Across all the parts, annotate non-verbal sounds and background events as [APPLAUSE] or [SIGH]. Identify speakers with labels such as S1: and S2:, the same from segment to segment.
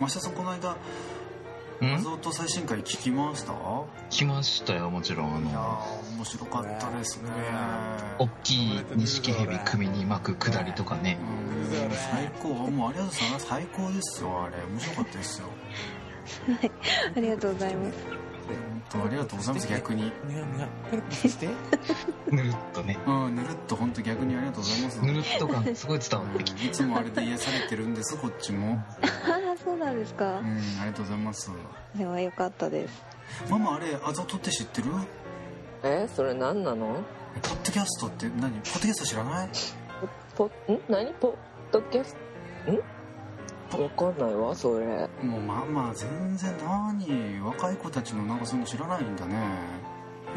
S1: 増田さんこの間
S2: うん
S1: 画像と最新回聞きましたい
S2: 来ましたよもちろんあ
S1: や
S2: の
S1: ー面白かったですね
S2: 大きい錦蛇首に巻くくだりとかね
S1: うん最高もうありがとうございます最高ですよあれ面白かったですよ
S3: ありがとうございます。
S1: 本当ありがとうございます逆に
S4: にゃにゃそして
S2: ぬるっとね
S1: うんぬるっと本当逆にありがとうございます
S2: ぬるっと感すごい伝わってき
S1: いつもあれで癒されてるんですこっちも
S3: ああ、 [LAUGHS] そうなんです
S1: う
S3: か
S1: ん。ありがとうございます
S3: では良かったです。
S1: ママあれあざとって知ってる
S5: えそれ何なの
S1: えポッドキャストって何ポッドキャスト知らない
S5: ポん何ポッドキャストんわかんないわそれ
S1: もうママ全然何若い子たちのなんかそういうの知らないんだね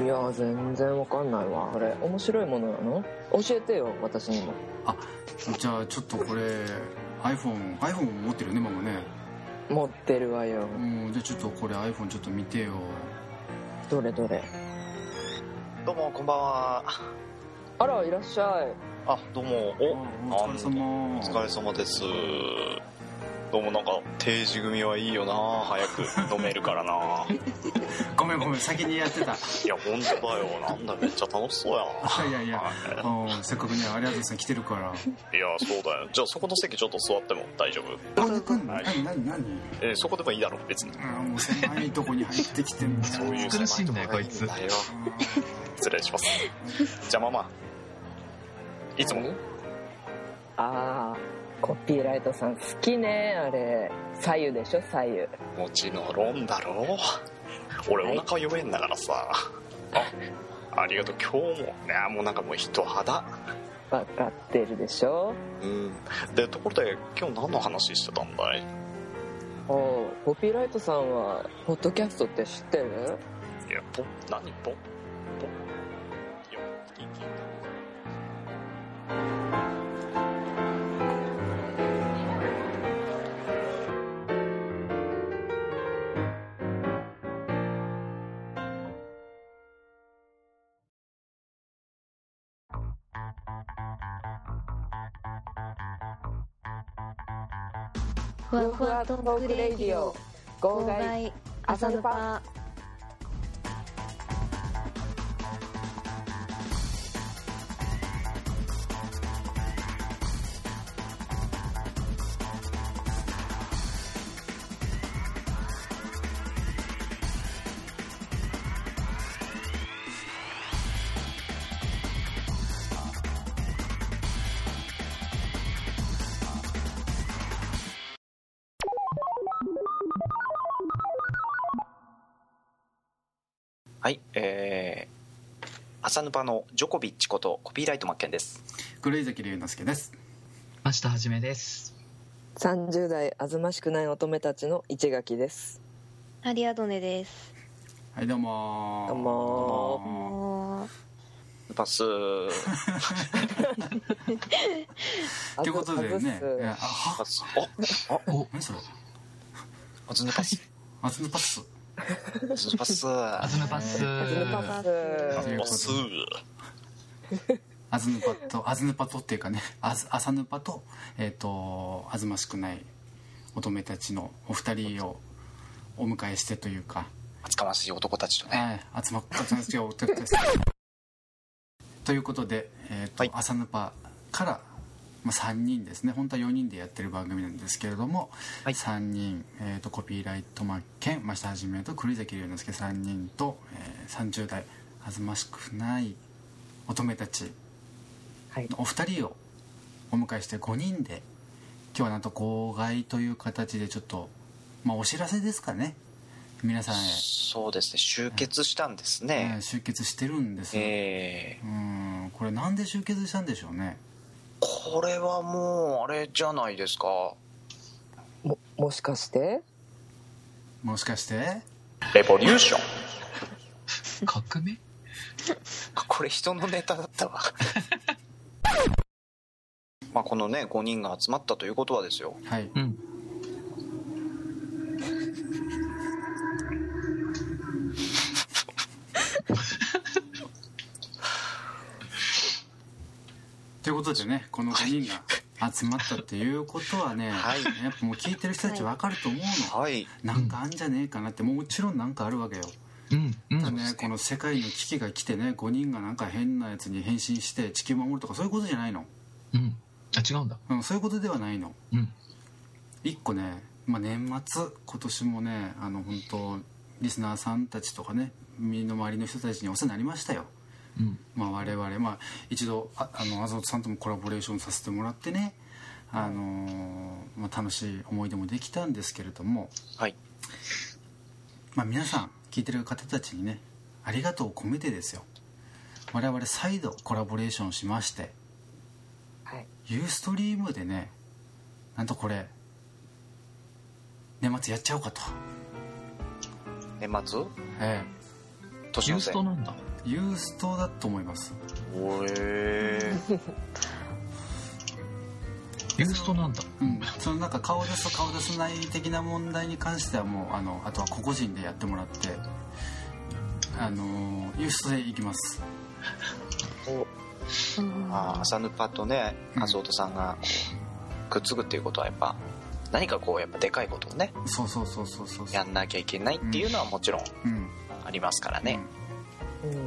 S5: いや全然わかんないわあれ面白いものなの教えてよ私にも
S1: じゃあちょっとこれ iPhone iPhone 持ってるよねママね
S5: 持ってるわよ
S1: うんじゃあちょっとこれ iPhone ちょっと見てよ
S5: どれどれ
S6: どうもこんばんは
S5: あらいらっしゃい
S6: あどうも
S1: あ
S6: お
S1: お疲れ様
S6: お疲れ様ですどうもなんか定時組はいいよな早く飲めるからな
S1: ごめんごめん先にやって
S6: [LAUGHS]
S1: た
S6: いや本当だよなんだめっちゃ楽しそうや
S1: いやいやうんせっかくね有原さん来てるから
S6: ないやそうだよじゃあそこの席ちょっと座っても大丈夫
S1: あ行くん
S6: はい
S1: 何何何
S6: えーそこでもいいだろ別に
S1: あもう狭いとこに入ってきてんだ
S6: そういう
S2: 苦しいんだよ
S6: 狭
S2: こいつ
S6: とこがんだよ失礼しますじゃあママいつも
S5: 何ああコピーライトさん好きねあれ左右でしょ左右
S6: もちろんだろ俺お腹弱えんだからさ、あありがとう今日もねもうなんかもう人肌
S5: わかってるでしょ
S6: うんでところで今日何の話してたんだい
S5: おうコピーライトさんはポッドキャストって知ってる
S6: いやポ何ポポいや聞いて
S3: ふわふわトークレディオ号外朝ドパ
S7: はい、えー、朝ヌパのジョコビッチことコピーライトマッケンです。
S1: 黒井崎龍之介です
S2: ましたはじめです
S5: 30代あずましくない乙女たちの一垣です
S3: アリアドネです。
S1: はいどうもー
S5: どうもー
S1: どうもー
S3: もう
S7: パス、
S1: ってことでね
S5: あず
S1: えあ
S7: パ
S1: は
S7: [LAUGHS] ス、
S1: 何それ
S7: お、アズヌパス、
S1: アズムパス
S7: アズヌパス、
S2: あずぬパス
S5: あずまパ
S1: と
S5: ス
S1: いう
S6: あ
S1: こと
S6: す
S1: でアズヌパとアズヌパとっていうかねアズアサヌパとえっ、とあずましくない乙女たちのお二人をお迎えしてというか、
S7: 厚かましい男たちとね、
S1: はい、集まったちがお二人です [LAUGHS] ということで、えーと
S7: はい
S1: アサヌパから、まあ、3人ですね本当は4人でやってる番組なんですけれども、
S7: はい
S1: 3人、えー、とコピーライトマッケン増田はじめと栗崎龍之介3人と、えー30代あずましくない乙女たち
S5: はい
S1: お二人をお迎えして5人で今日はなんと号外という形でちょっと、まあ、お知らせですかね皆さんへ、
S7: そうですね、集結したんです
S1: えー
S7: ね。
S1: 集結してるんですよ、
S7: えー、
S1: うんこれなんで集結したんでしょうね
S7: これはもう、あれじゃないですか。
S5: ももしかして
S1: もしかして
S6: レボリューション
S2: 革命
S7: これ人のネタだったわ。 [LAUGHS] まあこのね、5人が集まったということはですよ。
S1: はい
S2: うん
S1: ということでねこの5人が集まったっていうことはね、
S7: はい
S1: やっぱもう聞いてる人たち分かると思うの、
S7: はい
S1: なんかあんじゃねえかなってもうもちろんなんかあるわけよ、
S2: うん、うん。
S1: ねこの世界の危機が来てね5人がなんか変なやつに変身して地球守るとかそういうことじゃないの、
S2: うん。あ、違うんだ。
S1: うん、そういうことではないの
S2: うん。
S1: 一個ね、まあ、年末今年もねあの本当リスナーさんたちとかね身の回りの人たちにお世話になりましたよ
S2: うん。
S1: まあ、我々、まあ、一度ああのアゾートさんともコラボレーションさせてもらってね、あのーまあ、楽しい思い出もできたんですけれども、
S7: はい
S1: まあ、皆さん聞いてる方たちにねありがとうを込めてですよ我々再度コラボレーションしまして
S5: はい、
S1: ユーストリームでねなんとこれ年末やっちゃおうかと、
S7: 年末
S1: え
S7: 年
S2: ユー
S7: の
S2: ス
S7: 瀬
S2: トなんだ。
S1: え、ユーストだと思います
S7: おえ
S2: ユーストなんだ。
S1: うん、そのなんか顔出す顔出さない的な問題に関してはもうあのあとは個々人でやってもらってあのー輸出でいきます
S7: まあ、浅ヌパとね
S1: うん
S7: アゾートさんがこうくっつくっていうことはやっぱ何かこうやっぱでかいことをね
S1: そうそうそうそうそう
S7: やんなきゃいけないっていうのはもちろん
S1: うん
S7: ありますからね、
S5: うん
S1: うん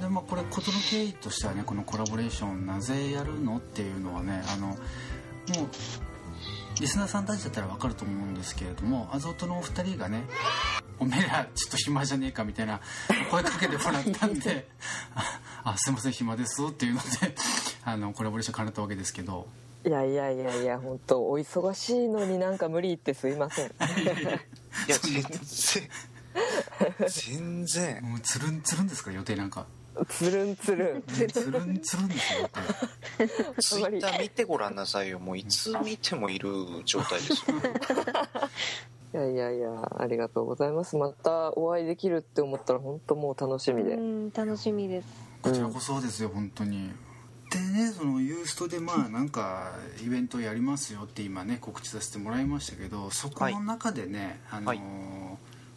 S1: でまあこれ事の経緯としてはねこのコラボレーションなぜやるのっていうのはねあのもうリスナーさんたちだったら分かると思うんですけれどもアゾートのお二人がね「おめえらちょっと暇じゃねえか」みたいな声かけてもらったんで「ああすいません暇です」っていうのであのコラボレーションかなったわけですけど
S5: いやいやいやいや本当お忙しいのになんか無理言ってすいません
S7: いや全
S1: [LAUGHS]
S7: 然全然
S1: もうつるんつるんですから予定なんか
S5: つるんつるん
S1: つるんつるんですよ予定
S7: ツイッター見てごらんなさいよもういつ見てもいる状態ですよ
S5: いやいやいやありがとうございますまたお会いできるって思ったら本当もう楽しみで、
S3: うん、楽しみです。
S1: こちらこそですよ本当にでねそのユーストでまあなんかイベントやりますよって今ね告知させてもらいましたけどそこの中でね、あの
S7: は
S1: ー
S7: い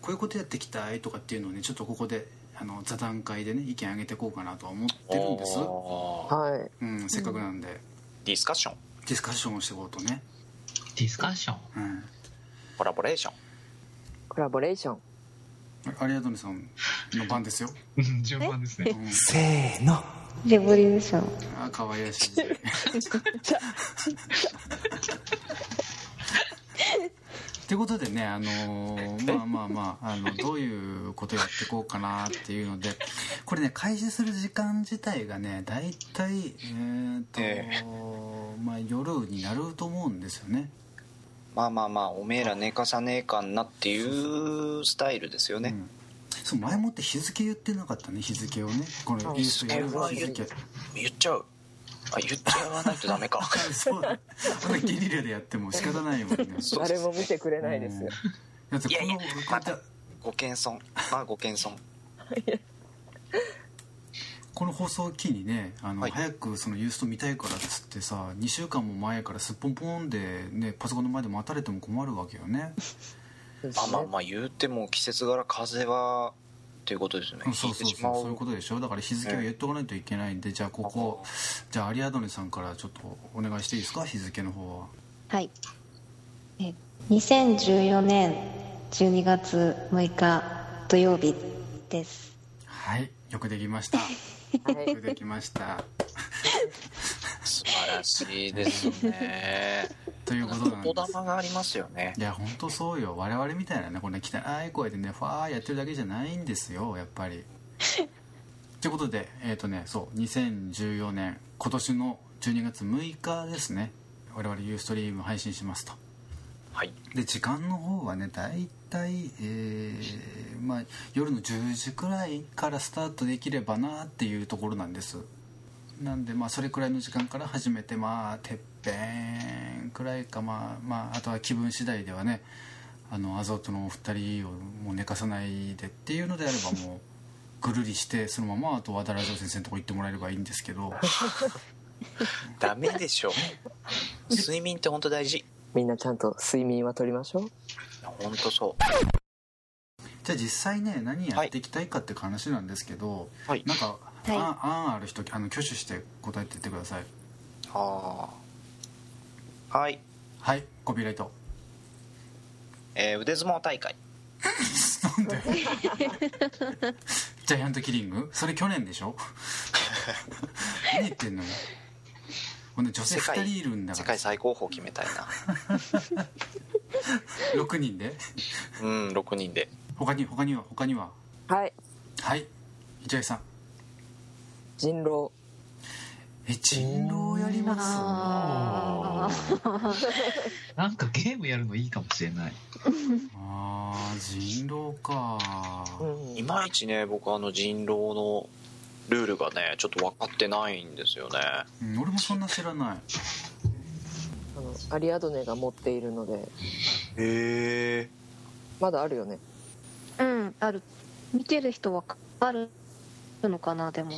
S1: こういうことやっていきたいとかっていうのをねちょっとここであの座談会でね意見上げていこうかなとは思ってるんです、
S7: おー
S5: はい
S1: うん、せっかくなんで、
S7: ディスカッション
S1: ディスカッションをしていこうとね、
S2: ディスカッション。
S1: うん、
S7: コラボレーション
S5: コラボレーション
S1: アリアドネさんの番ですよ、
S2: うん、順番ですね。
S1: うん、
S7: せーの
S3: レボリューション。
S1: あ可愛らしい
S7: [LAUGHS]
S1: ってことでね、あのーまあまあまああのどういうことやっていこうかなっていうのでこれね開始する時間自体がね大体えー、と、
S7: え
S1: まあ、夜になると思うんですよね。
S7: まあまあまあおめえら寝かさねえかんなっていうスタイルですよ
S1: う
S7: ね、
S1: んそう前もって日付言ってなかったね日付をねこのイーストやる日付
S7: 言っちゃうあ言っちゃわないとダメか
S1: [LAUGHS]
S7: [LAUGHS]
S1: そうだこんなゲリラでやっても仕方ないもんね
S7: そうです
S5: 誰も見てくれないですよ、
S1: だってこの
S7: いやいやま
S1: こういった
S7: たご謙遜まあご謙遜
S1: この放送を機にねあの、
S7: はい
S1: 早くそのユースト見たいからっつってさ2週間も前からすっぽんぽんで、ね、パソコンの前で待たれても困るわけよね
S7: まあまあまあ言うても季節柄風邪はということですよね
S1: そうそう
S7: 引いてしま
S1: そうそういうことでしょだから日付を言っとかないといけないんで、じゃあここじゃあアリアドネさんからちょっとお願いしていいですか日付の方は
S3: はい。え、2014年12月6日土曜日です。
S1: はいよくできました
S5: は
S1: よ
S5: い
S1: くできました
S7: 素晴らしいですね
S1: ということなんで
S7: 言
S1: す
S7: 霊がありますよね
S1: いや本当そうよ我々みたいなねこんな汚い声でねファーやってるだけじゃないんですよやっぱりということでえっ、とねそう2014年今年の12月6日ですね我々ユーストリーム配信しますと
S7: はい
S1: で時間の方はね大体、えーまあ、夜の10時くらいからスタートできればなっていうところなんですなんでまあそれくらいの時間から始めてまあてっぺんくらいかまあ、まあ、あとは気分次第ではねあのアゾートのお二人をもう寝かさないでっていうのであればもうぐるりしてそのままあと和田ラジオ先生のとこ行ってもらえればいいんですけど
S7: ダメで
S1: [LAUGHS]
S7: しょ睡眠って本当大事
S5: みんなちゃんと睡眠はとりましょう
S7: 本当そ
S1: じゃあ実際ね何やっていきたいかっていう話なんですけど、
S7: はい
S1: なんか、
S3: い
S1: あんあんある人あの挙手して答えてってください
S7: ああはい、
S1: はいコピーライト
S7: えー腕相撲大会
S1: なんでジャイアントキリングそれ去年で
S7: [LAUGHS]
S1: しょ何言ってんのよほんで女性
S7: 世界
S1: 2人いるんだ
S7: 世
S1: から
S7: 界最高峰決めた
S1: [LAUGHS]
S7: いな
S1: 6人で
S7: うん6人で
S1: 他に他には他には
S5: はい
S1: はい一井さん
S5: 人狼
S1: え人狼やります
S3: あ
S2: なんかゲームやるのいいかもしれない。
S1: あー人狼か
S7: いまいちね僕あの人狼のルールがねちょっと分かってないんですよね
S1: うん俺もそんな知らない
S5: あのアリアドネが持っているので
S7: へえ
S5: まだあるよね
S3: あうんある見てる人わかるのかなでも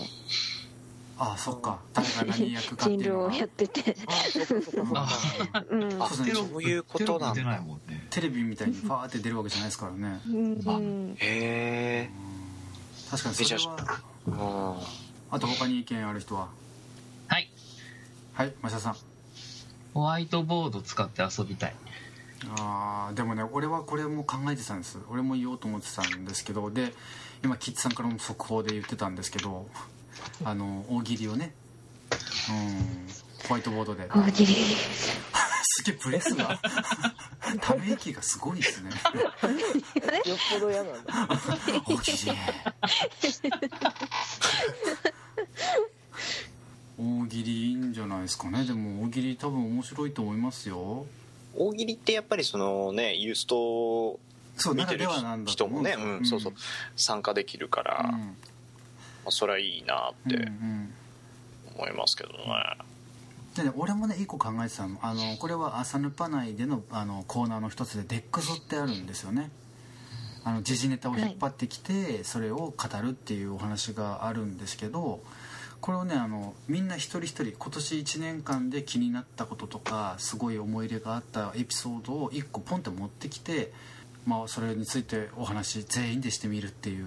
S1: あーそっか誰が何役かって
S3: 人
S1: いうの
S3: 狼
S1: が
S3: をやってて
S5: あそっかそっかそっか
S3: [LAUGHS] うん
S7: あ
S1: そうですね
S7: そういうことなん
S2: テ
S7: だ
S2: ロップ出ないもんね。
S1: テレビみたいにファーって出るわけじゃないですからね
S3: うん
S2: まあ
S3: うん
S7: へえ
S1: 確かにそれは
S7: うん
S1: あと他に意見ある人は
S2: はい。
S1: はいマシャさん
S2: ホワイトボード使って遊びたい。
S1: あーでもね俺はこれも考えてたんです俺も言おうと思ってたんですけどで今キッズさんからも速報で言ってたんですけどあの大喜利をねうんホワイトボードで
S3: 大喜利
S1: すげえプレスが [LAUGHS] ため息がすごいですね
S5: よっぽど嫌なんだ
S1: 大喜利大喜利いいんじゃないですかねでも大喜利多分面白いと思いますよ
S7: 大喜利ってやっぱりそのねユースト
S1: そう
S7: 見
S1: なら
S7: て
S1: で
S7: る
S1: はなんだと
S7: 人
S1: 思
S7: も
S1: うんで
S7: ね、
S1: すよ
S7: うん、そうそう参加できるから、
S1: う
S7: ま
S1: ん
S7: あ、それはいいなっ
S1: うんう
S7: て
S1: ん
S7: 思いますけどね、
S1: でね、俺もね一個考えてたのあのこれは朝ぬぱ内でのあのコーナーの一つでデックスってあるんですよねあの時事ネタを引っ張ってきて、それを語るっていうお話があるんですけどこれをねあのみんな一人一人今年1年間で気になったこととかすごい思い入れがあったエピソードを1個ポンって持ってきて、まあ、それについてお話全員でしてみるっていう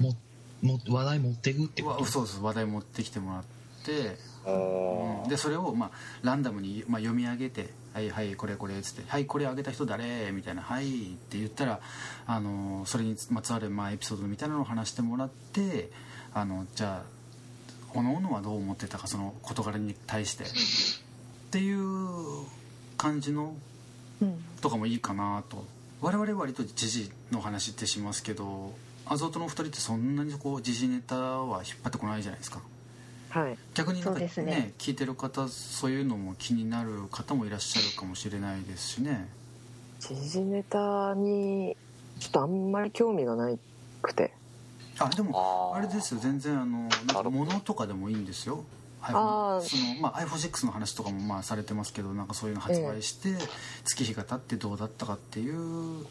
S2: も、も、話題持ってくってこ
S1: わ
S2: と
S1: そうです話題持ってきてもらって
S7: おー
S1: でそれを、まあ、ランダムに、まあ、読み上げて「はいはいこれこれ」っつって「はいこれあげた人誰?」みたいな「はい」って言ったら、あのそれにまつわる、まあ、エピソードみたいなのを話してもらってあのじゃあおのおのはどう思ってたかその事柄に対してっていう感じの
S5: うん
S1: とかもいいかなと我々割と時事の話ってしますけどアゾートのお二人ってそんなにこう時事ネタは引っ張ってこないじゃないですか
S5: はい
S1: 逆になんか
S3: そう
S1: ね
S3: ですね
S1: 聞いてる方そういうのも気になる方もいらっしゃるかもしれないですしね
S5: 時事ネタにちょっとあんまり興味がないくて
S1: あでも
S7: あー
S1: あれですよ全然あのなん
S7: な
S1: か
S7: るほど
S1: 物とかでもいいんですよ
S5: あー
S1: iPhone その、まあ、iPhone6 の話とかもまあされてますけどなんかそういうの発売して、月日が経ってどうだったかっていう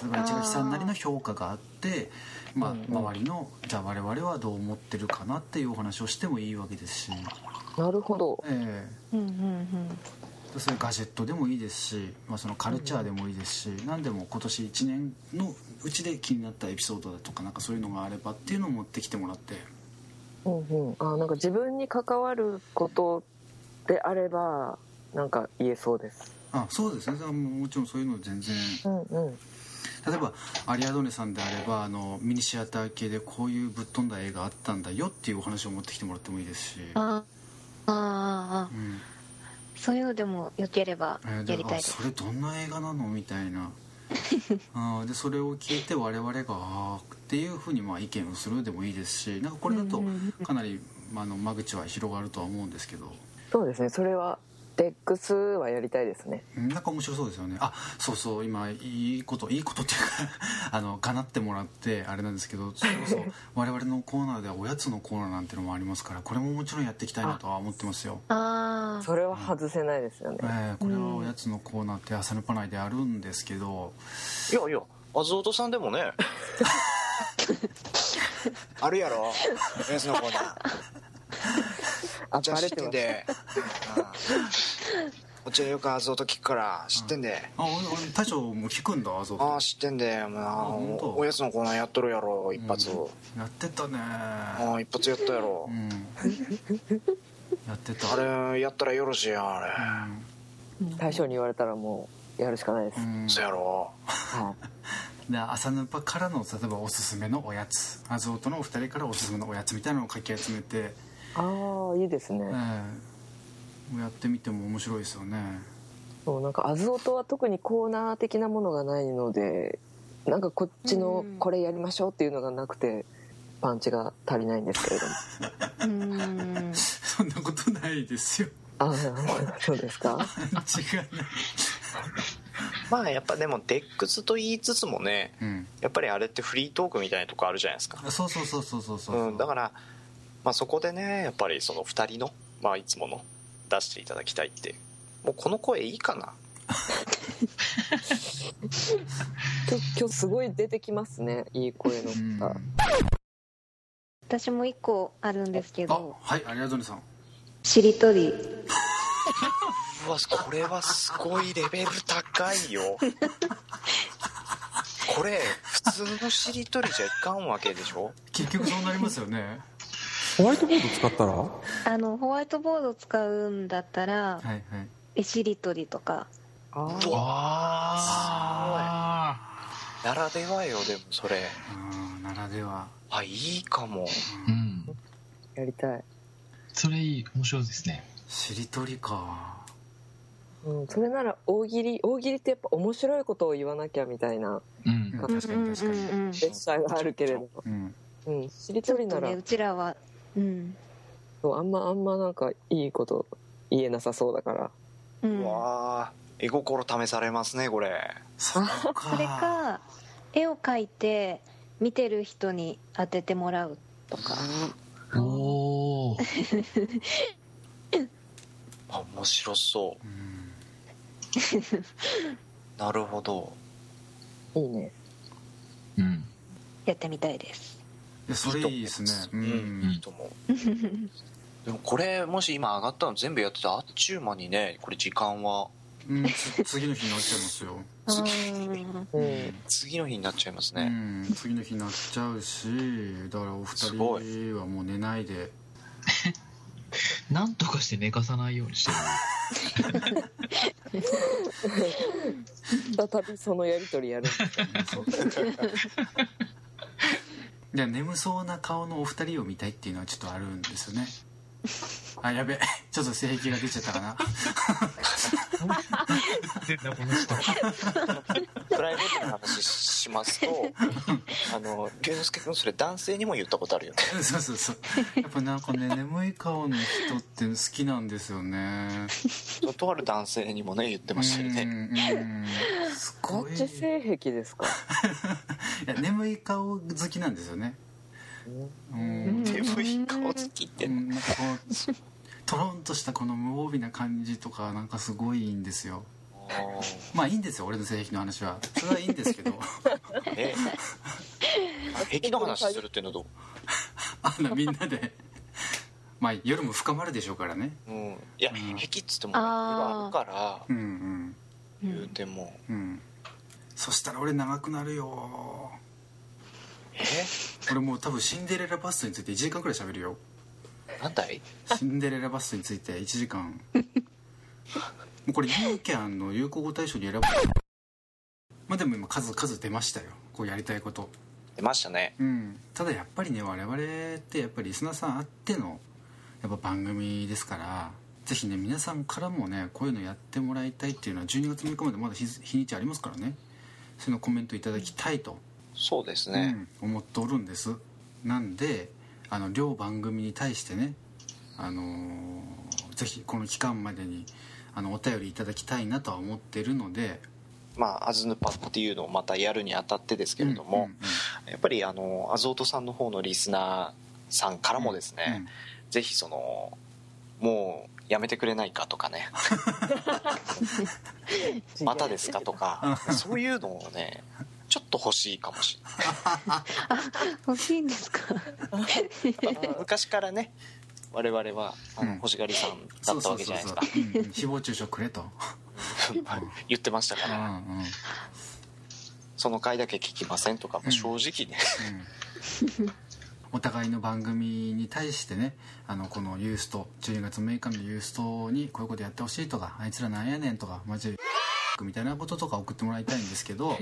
S1: 例えば
S3: あー
S1: 市垣さんなりの評価があってまあ、
S5: うんうん
S1: 周りのじゃあ我々はどう思ってるかなっていうお話をしてもいいわけですし、
S5: なるほど
S1: ええ
S3: うんうん
S1: でそういうガジェットでもいいですし、まあ、そのカルチャーでもいいですし、何でも今年1年のうちで気になったエピソードだとかなんかそういうのがあればっていうのを持ってきてもらって
S5: うんうんあなんか自分に関わることであればなんか言えそうです
S1: あそうですねそれはもうもちろんそういうの全然
S5: うんうん
S1: 例えばアリアドネさんであればあのミニシアター系でこういうぶっ飛んだ映画あったんだよっていうお話を持ってきてもらってもいいですし、
S3: ああああ
S1: うん
S3: そういうのでもよければ
S1: えー
S3: や
S1: で
S3: りたい
S1: あ
S3: です
S1: それどんな映画なのみたいなあーでそれを聞いて我々があーっていうふうにまあ意見をするでもいいですしなんかこれだと
S3: うんうん
S1: かなり、まあ、あの間口は広がるとは思うんですけど
S5: そうですねそれはデックスはやりたいですね
S1: うんなんか面白そうですよねあそうそう今いいこといいことっていうか [LAUGHS] あのかなってもらってあれなんですけどそれこそ我々のコーナーではおやつのコーナーなんてのもありますからこれももちろんやっていきたいなとは思ってますよ。
S3: ああ
S5: それは外せないですよね
S1: えーこれはおやつのコーナーって朝のパナイであるんですけど
S7: いやいやアズオトさんでもねあるやろエースのコー
S5: あ
S7: ナーじゃあ
S5: バ
S7: 知
S5: レ
S7: っててん
S5: ます
S7: でうんこっちはよくアズオト聞くから知ってんで
S1: あ俺俺大将も聞くんだあそう
S7: ああ知ってんで、まあ、
S1: 本当
S7: おおやつのコーナーやっとるやろ一発、
S1: やってたね
S7: ああ一発やったやろ
S1: う、んややってた
S6: あれやったらよろしいやんあ
S5: 大将に言われたらもうやるしかないで
S1: う
S5: す、
S1: ん、うん
S6: れそやろ
S5: は
S1: で朝ヌパからの例えばおすすめのおやつアズオとのお二人からおすすめのおやつみたいなのをかき集めて、
S5: い、ああいいです
S1: う
S5: ね、
S1: んやってみても面白いですよね [LAUGHS]
S5: そうなんかアズオトは特にコーナー的なものがないのでなんかこっちの
S3: うん
S5: これやりましょうっていうのがなくてパンチが足りないんですけれども
S3: うーん
S1: そんなことないですよ [LAUGHS]
S5: ああ [LAUGHS] そうですか
S1: 違うね
S6: まあやっぱでもデックスと言いつつもね
S1: うん
S6: やっぱりあれってフリートークみたいなとこあるじゃないですか
S1: そうそうそうそうそうそう、
S6: うん、だから、まあ、そこでねやっぱりその2人の、まあ、いつもの出していただきたいってもうこの声いいかな
S5: 今日今日すごい出てきますねいい声の
S1: うん
S5: 方、
S3: 私も一個あるんですけ
S1: あ
S3: ど
S1: はいありがとうねさん
S3: しりとり
S6: うわこれはすごいレベル高
S3: [LAUGHS]
S6: いよこれ普通のしりとりじゃいかんわけでしょ
S1: 結局そうなりますよね [LAUGHS]
S4: ホワイトボード使った
S3: [LAUGHS]
S4: ら
S3: あのホワイトボード使うんだったら
S1: はいはい
S3: えしりとりとか
S5: ああ
S6: うわ
S1: あ
S6: すごいならではよでもそれ
S1: あならでは
S6: あいいかも
S2: うん。
S5: やりたい、
S2: それいい、面白いですね。
S1: しりとりか
S5: うん、それなら大喜利大喜利ってやっぱ面白いことを言わなきゃみたいな
S2: うん。
S1: 確かに確かに
S3: うんうんうん
S5: プレッシャーがあるけれど
S1: うん
S5: うんしり
S3: ち
S5: と
S3: ょ
S5: り
S3: っと
S5: なら
S3: ねうちらはうん
S5: そうあんまあんまなんかいいこと言えなさそうだから
S3: うん
S6: うわー絵心試されますねこれ
S1: そっか
S3: それか絵を描いて見てる人に当ててもらうとか
S2: おー。
S6: あ面白そ
S1: うん
S6: うなるほど
S5: いいね
S2: うん。
S3: やってみたいです
S1: いやそれいいですねう
S6: うんいい
S1: ん
S6: と思うでもこれもし今上がったの全部やってたらあっちゅう間にねこれ時間は
S1: うん、つ次の日になっちゃいますよ、
S6: 次
S3: うん
S5: うん、
S6: 次の日になっちゃいます
S1: う
S6: ね、
S1: ん次の日になっちゃうしだからお二
S6: すご
S1: 人はもう寝ないで
S2: なんとかして寝かさないようにしてる。
S5: 再びそのやり取りやる
S1: うんそういや眠そうな顔のお二人を見たいっていうのはちょっとあるんですよねあやべちょっと性癖が出ちゃったかな
S2: 出た、この人。
S6: プライベートの話ししま
S1: [LAUGHS]
S6: すとあの龍之介君それ男性にも言ったことあるよね
S1: そうそうそうやっぱなんかね眠い顔の人って好きなんですよね [LAUGHS]
S6: とある男性にもね言ってましたよね
S1: うんうんす
S5: ガ
S1: ごいい
S5: チ性癖ですか、
S1: や眠い顔好きなんですよねうん
S6: 手振い顔好きって
S1: うんなんかこ
S6: [LAUGHS]
S1: うとろんとしたこの無防備な感じとかなんかすごいいいんですよまあいいんですよ俺の性癖の話はそれはいいんですけ
S6: [LAUGHS]
S1: ど
S6: え壁の話するっていうのど
S1: あのみんなでまあ夜も深まるでしょうからね
S6: う、うん、いや
S1: うん
S6: 壁っつってもねいろいろあるから
S1: うんうん
S6: 言うても
S1: うんそしたら俺長くなるよ
S6: え
S1: 俺もう多分シンデレラバスについて1時間くらい喋るよ
S6: なんだい
S1: シンデレラバスについて1時間もうこれユーキャンの有効語大賞に選ばれまあでも今数数出ましたよこうやりたいこと
S6: 出ましたね
S1: うん、ただやっぱりね我々ってやっぱりリスナーさんあってのやっぱ番組ですからぜひね皆さんからもねこういうのやってもらいたいっていうのは12月6日までまだ日日にちありますからねそういうのコメントいただきたいと、
S6: そうですね、
S1: うん思っておるんですなんであの両番組に対してねあのーぜひこの期間までにあのお便りいただきたいなとは思ってるので
S6: まあアズヌパっていうのをまたやるにあたってですけれども、
S1: うんうんう
S6: やっぱりあのアゾートさんの方のリスナーさんからもですね、
S1: んうん
S6: ぜひそのもうやめてくれないかと
S1: [LAUGHS]
S6: かねまたですかとかそういうのをねちょっと欲しいかもし
S3: 欲しいんですか
S1: [LAUGHS]
S6: れない昔からね我々はあの
S1: うん
S6: 欲しがりさんだったわけじゃないですか
S1: そうそうそうそううんうん誹謗中傷くれ
S6: [LAUGHS]
S1: と [LAUGHS]
S6: 言ってましたか
S1: うん
S6: ら
S1: うん
S6: その回だけ聞きませんとかも正直ね、
S1: うんお互いの番組に対してねあのこのユースト12月6日のユーストにこういうことやってほしいとかあいつらなんやねんとかマジでみたいなこととか送ってもらいたいんですけど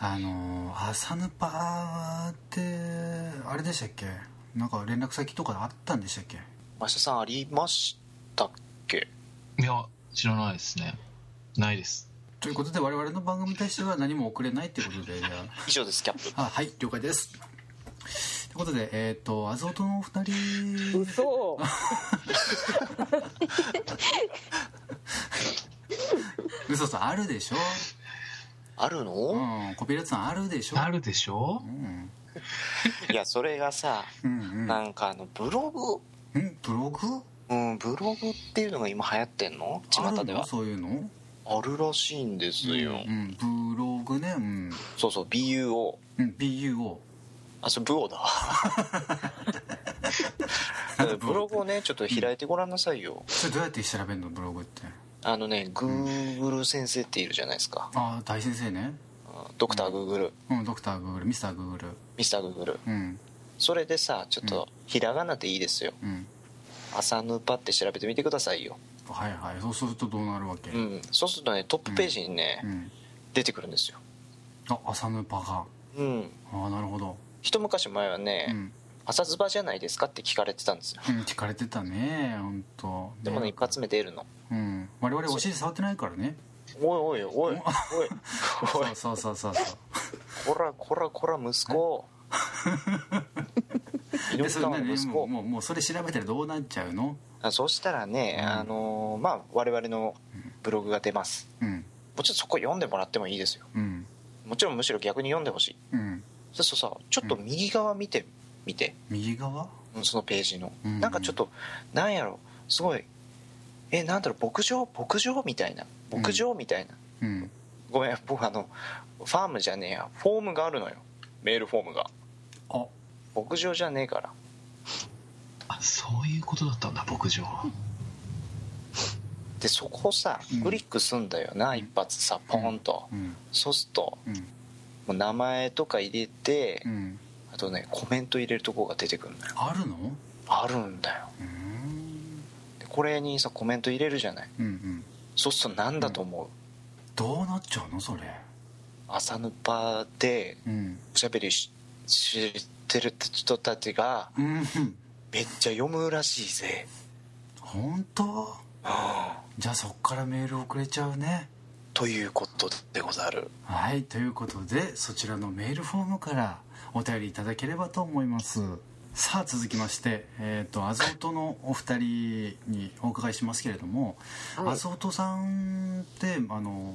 S1: あの朝ヌパってあれでしたっけなんか連絡先とかあったんでしたっけ
S6: 明日さんありましたっけ
S2: いや、知らないですね。ないです。
S1: ということで我々の番組に対しては何も送れないっていうことでじゃあ
S6: 以上ですキャップ
S1: あはい了解ですということでえっ、とアズオとのお二人
S5: 嘘
S1: 嘘さんあるでしょ
S6: あるの
S1: うんコピーライトさんあるでしょ
S2: あるでしょ
S1: うん
S6: いやそれがさ
S1: うんうん
S6: なんかあのブログ
S1: うんブログ
S6: うんブログっていうのが今流行ってんの
S1: あ
S6: 巷
S1: る
S6: で
S1: の
S6: は
S1: そういうの
S6: あるらしいんですよ、
S1: うんブログねうん、
S6: そうそう BUO
S1: うん BUO
S6: あそれブオ
S1: [LAUGHS]
S6: だだからブログをねちょっと開いてごらんなさいよ、
S1: それどうやって調べるのブログって
S6: あのねグーグル先生っているじゃないですか、
S1: ああ大先生ね
S6: ドクターグーグル
S1: うんドクターグーグルミスターグーグル
S6: ミスターグーグル
S1: うん
S6: それでさちょっとひらがなでいいですよ
S1: うん
S6: 「朝ヌパ」って調べてみてくださいよ、
S1: はいはいそうするとどうなるわけ、
S6: うん、そうするとねトップページにね、
S1: うん
S6: 出てくるんですよ
S1: あ朝のパが
S6: うん
S1: ああなるほど
S6: 一昔前はね
S1: う
S6: 「
S1: ん、
S6: 朝ズバじゃないですか?」って聞かれてたんですよ
S1: うん、聞かれてたね本当
S6: でもね一発目出るの
S1: うん我々お尻触ってないからね
S6: 「おいおい
S1: [LAUGHS]
S6: おいおい [LAUGHS] おい
S1: そうそうそうそう
S6: こらこらこら息子 [LAUGHS]
S1: で
S6: 猪木
S1: それ
S6: さんの
S1: ね
S6: 息
S1: もう
S6: 子
S1: もうもうそれ調べたらどうなっちゃうの
S6: あそうしたらね、
S1: うん
S6: あのーまあ我々のブログが出ます
S1: うん
S6: もちろんそこ読んでもらってもいいですよ
S1: うん
S6: もちろんむしろ逆に読んでほしい
S1: うん
S6: そうそうさちょっと右側見て見て
S1: 右側
S6: うんそのページの、
S1: うん
S6: なんかちょっとなんやろすごいえなんだろう牧場牧場みたいな牧場みたい
S1: う
S6: な、
S1: ん
S6: ごめん僕あのファームじゃねえやフォームがあるのよメールフォームが
S1: あ
S6: 牧場じゃねえから
S2: あ、そういうことだったんだ、牧場。
S6: でそこをさ
S1: うん
S6: クリックすんだよな、一発さポンと、
S1: うん
S6: そうすると
S1: うん
S6: もう名前とか入れて、
S1: うん
S6: あとねコメント入れるとこが出てくるんだよ
S1: あるの
S6: あるんだよ
S1: うん
S6: でこれにさコメント入れるじゃない
S1: うんうん
S6: そうすると何だと思う、
S1: どうなっちゃうのそれ
S6: 朝の場で
S1: うん
S6: おしゃべりししてる人たちが
S1: うん
S6: めっちゃ読むらしいぜ
S1: 本当じゃあそっからメール送れちゃうね
S6: ということでござる
S1: はいということでそちらのメールフォームからお便りいただければと思いますさあ続きましてえっ、とアゾートのお二人にお伺いしますけれども、
S5: はい
S1: アゾートさんってあの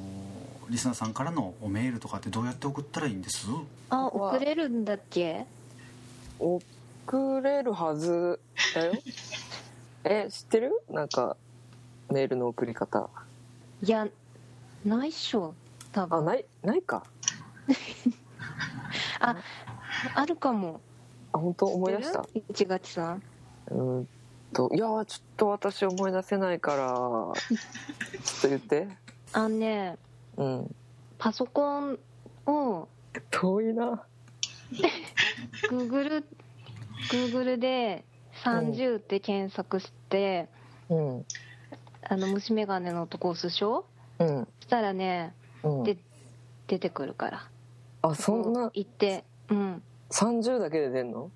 S1: リスナーさんからのおメールとかってどうやって送ったらいいんです
S3: [LAUGHS] あ送れるんだっけ
S5: 送れるはずだよえ知ってるなんかメールの送り方
S3: いやないっしょ多
S5: あ
S3: 分
S5: ないないか
S3: あるかも
S5: あ本当思い出し
S3: 知
S5: た
S3: ってる市口さん
S5: うーんといやーちょっと私思い出せないからちょっと言って
S3: あのね
S5: うん
S3: パソコンを
S5: 遠いな
S3: Google, Google で30って検索して、
S5: うん
S3: あの虫眼鏡のとこ押すでしょ
S5: うん
S3: したらね
S5: うん
S3: で出てくるから
S5: あそんな
S3: 行ってうん
S5: 30だけで出んの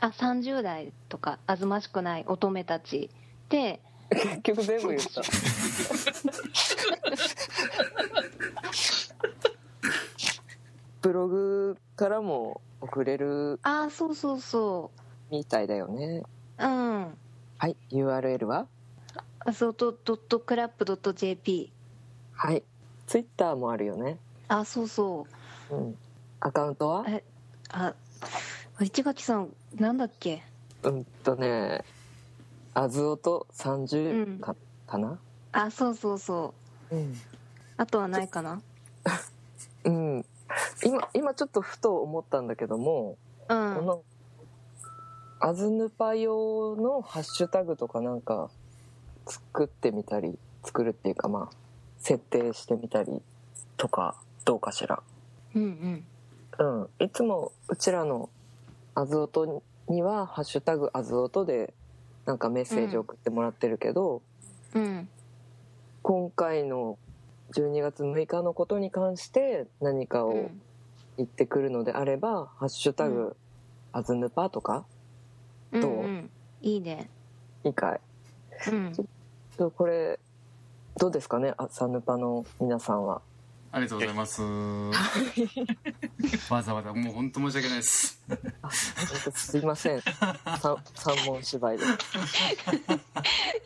S3: あ30代とかあずましくない乙女たちで
S5: 結局全部言 [LAUGHS] ったブログからも送れる
S3: ああそうそうそ
S5: みたいだよね
S3: ううん
S5: はい URL は
S3: アソートドットクラップドット JP
S5: はいツイッターもあるよね
S3: あそうそう
S5: うんアカウントは
S3: えあ市垣さんなんだっけ
S5: うんとねあずおと
S3: うん
S5: 30か,、かな
S3: あそうそうそう
S5: うん、
S3: あとはないかな
S5: うん、今今ちょっとふと思ったんだけども、
S3: う
S5: こ
S3: ん
S5: のあずぬぱ用のハッシュタグとかなんか作ってみたり作るっていうかまあ設定してみたりとかどうかしら
S3: うんうん
S5: うんいつもうちらのあずおとには「ハッシュタグあずおと」でなんかメッセージ送ってもらってるけど、
S3: うん
S5: 今回の12月6日のことに関して何か
S3: う
S5: を
S3: ん
S5: 言ってくるのであれば「ハッシュタグあずぬぱ」とか
S3: うん
S5: どうん
S3: いいね
S5: いいかい
S3: うん
S5: そうこれどうですかねあさぬぱの皆さんは
S1: ありがとうございます。わざわざ、もう本当申し訳ない [LAUGHS] です。
S5: 本当すいません [LAUGHS] さ三文芝居で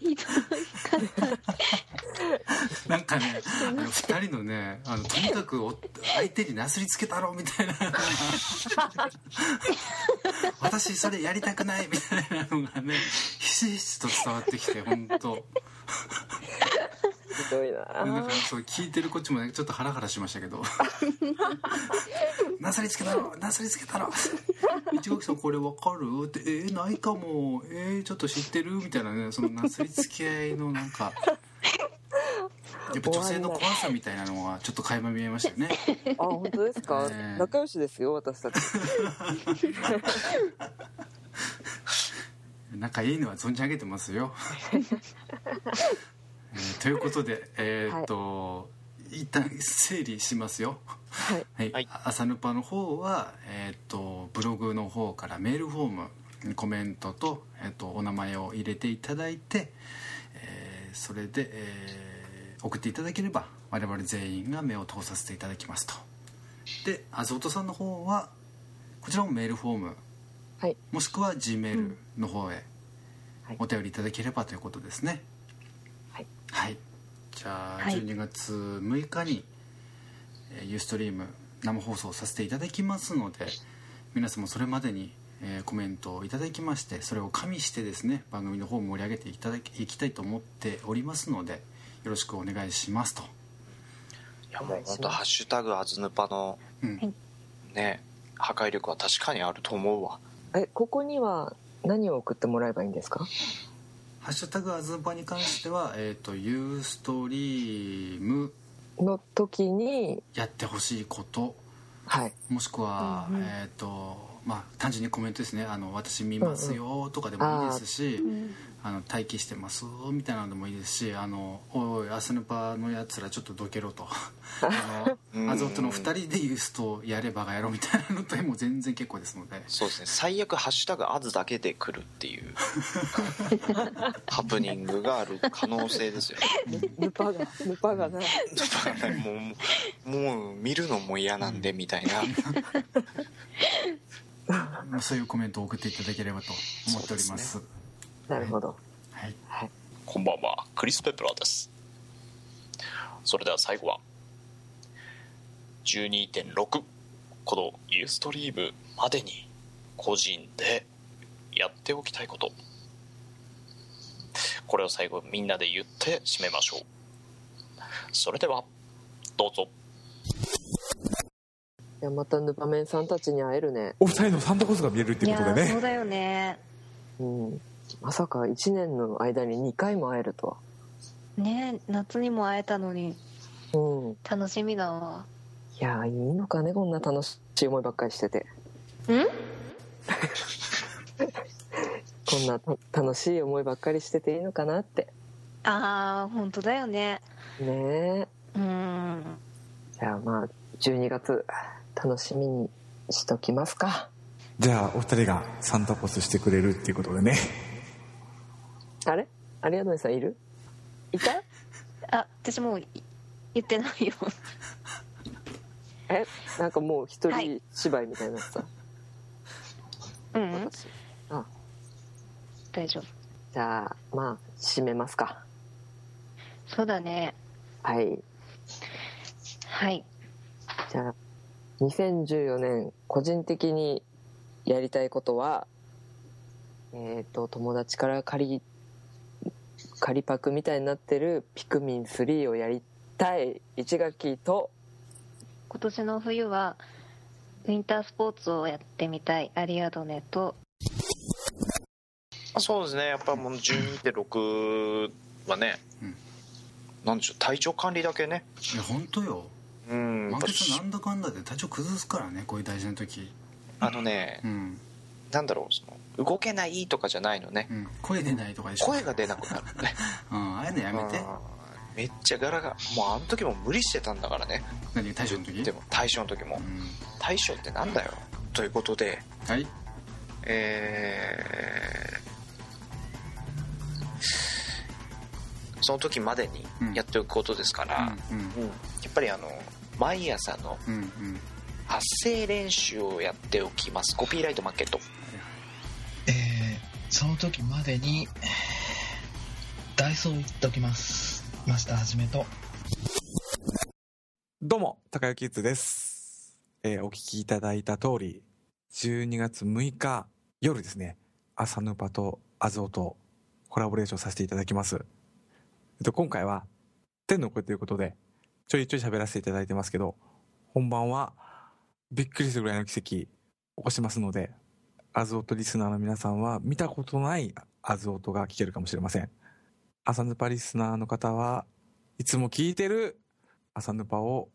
S3: ひどかった
S1: なんかね、あの二人のね、あの、とにかくお相手になすりつけたろ、みたいな。 [LAUGHS] 私、それやりたくない、みたいなのがね、ひしひしと伝わってきて、本当
S5: ひどいな
S1: なんかそう聞いてるこっちもねちょっとハラハラしましたけどなさりつけたろなさりつけたろ一垣さんこれわかるってえー、ないかもえー、ちょっと知ってるみたいなねそのなすりつけ合いのなんかやっぱ女性の怖さみたいなのはちょっと垣間見えましたよね
S5: あ本当です
S1: ね
S5: か
S1: え
S5: 仲良しですよ私たち
S1: 仲いいのは存じ上げてます
S5: [LAUGHS]
S1: よ、えーということでえーっと、一旦整理しますよ
S5: はい
S1: はい、
S7: はい
S1: 朝ぬぱの方は、えーっとブログの方からメールフォームコメントと,、えーっとお名前を入れていただいて、えーそれで、えー送っていただければ我々全員が目を通させていただきますとであずおとさんの方はこちらもメールフォーム、
S5: はい
S1: もしく [LAUGHS] は G メールの方へ
S5: はい
S1: お便りいただければということですね
S5: はい、
S1: はいじゃあ
S3: はい
S1: 12月6日に、えーユーストリーム生放送させていただきますので皆様それまでに、えーコメントをいただきましてそれを加味してですね番組の方を盛り上げていただきいきたいと思っておりますのでよろしくお願いしますと、
S7: いやもう本当ハッシュタグあずぬぱの
S1: うん
S3: はい
S7: ね破壊力は確かにあると思うわ
S5: えここには何を送ってもらえばいいんですか
S1: ハッシュタグあずんぱに関しては、えー、とユーストリーム
S5: の時に
S1: やってほしいこと
S5: はい
S1: もしくは、
S3: うんうん
S1: えっ、とまあ単純にコメントですね「あの私見ますよ」とかでもいいですし「あの待機してます」みたいなのでもいいですし「あのおいアスヌパのやつらちょっとどけろ」と「あ
S7: うん
S1: のアゾットの2人でユースとやればがやろ」みたいなのとも全然結構ですので
S7: そうですね最悪「ハッシュタグあず」だけで来るっていうハプニングがある可能性ですよ
S5: ぬ
S1: [LAUGHS]
S5: ぱがぬぱがない
S7: だからねもうもう見るのも嫌なんでみたいな
S1: まあそういうコメントを送っていただければと思っております。
S5: なるほど
S1: はい、
S5: はい
S6: こんばんはクリス・ペプラーですそれでは最後は12.6このユーストリームまでに個人でやっておきたいことこれを最後みんなで言って締めましょうそれではどうぞ
S5: いやまたぬぱめんさんたちに会えるね
S4: お二人のサンタコースが見えるって
S3: い
S4: いう
S3: や
S4: ことで
S3: ーそう
S4: ね。
S3: だよね
S5: うんまさか1年の間に2回も会えるとは
S3: ね夏にも会えたのに
S5: うん
S3: 楽しみだわ
S5: いやーいいのかねこんな楽しい思いばっかりしてて
S3: ん
S5: こんなた楽しい思いばっかりしてていいのかなって
S3: ああ本当だよね
S5: ねえ
S3: うん
S5: じゃあまあ12月楽しみにしときますか
S4: じゃあ、お二人がサンタコースしてくれるっていうことでね。
S5: あれ有りさんいるいた
S3: あ私もうい言ってないよ
S5: えなんかもう一
S3: はい
S5: 人芝居みたいになってた、
S3: うん
S5: あ
S3: 大丈夫
S5: じゃあまあ締めますか
S3: そうだね
S5: はい
S3: はい
S5: じゃあ2014年個人的にやりたいことはえっ、と友達から借り借りパクみたいになってるピクミン3をやりたい一垣と
S3: 今年の冬はウィンタースポーツをやってみたいアリアドネと
S7: まあそうですねやっぱもう12.6はね、
S1: うん
S7: なんでしょう体調管理だけね
S1: いや本当よ
S7: うんや
S1: 満
S7: っぱし
S1: 月なんだかんだで体調崩すからねこういう大事な時
S7: あのね
S1: うん
S6: なんだろうその動けないとかじゃないのね
S1: うん、声出ないとかでしょ
S6: 声が出なくなるのね
S1: うん、ああいうのやめて
S6: [LAUGHS] うんめっちゃ柄がもうあの時も無理してたんだからね
S1: 何大将の時
S6: でも大将の時も
S1: うん、
S6: 大将ってなんだよということで
S1: はい
S6: えーその時までにやっておくことですから、
S1: うん
S6: うんやっぱりあの毎朝の
S1: うんうんうん
S6: 発声練習をやっておきますコピーライトマーケット
S2: えー、その時までに、えーダイソー行っておきます。マスターはじめと。
S4: どうも、高代キッズです。えーお聞きいただいた通り、12月6日夜ですね、朝ヌパとアズオとコラボレーションさせていただきます。えっと、今回は、天の声ということで、ちょいちょい喋らせていただいてますけど、本番は、びっくりするぐらいの奇跡、起こしますので、アズオとリスナーの皆さんは、見たことないアズオとが聞けるかもしれません。朝ヌパリスナーの方は、いつも聞いてる朝ヌパを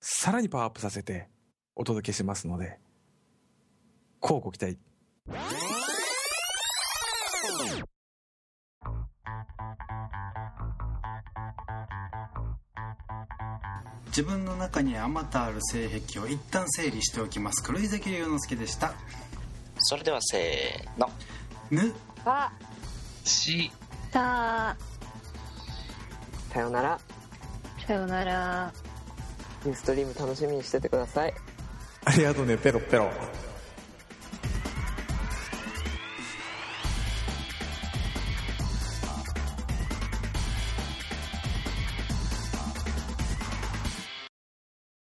S4: さらにパワーアップさせてお届けしますので、こうご期待。
S1: 自分の中にあまたある性癖を一旦整理しておきます黒井崎龍之介でした
S6: それではせーの
S1: ぬ
S5: あ
S2: し、
S3: さあ
S5: さようなら
S3: さようなら
S5: ニューストリーム楽しみにしててください
S4: ありがとうね、ペロペロ。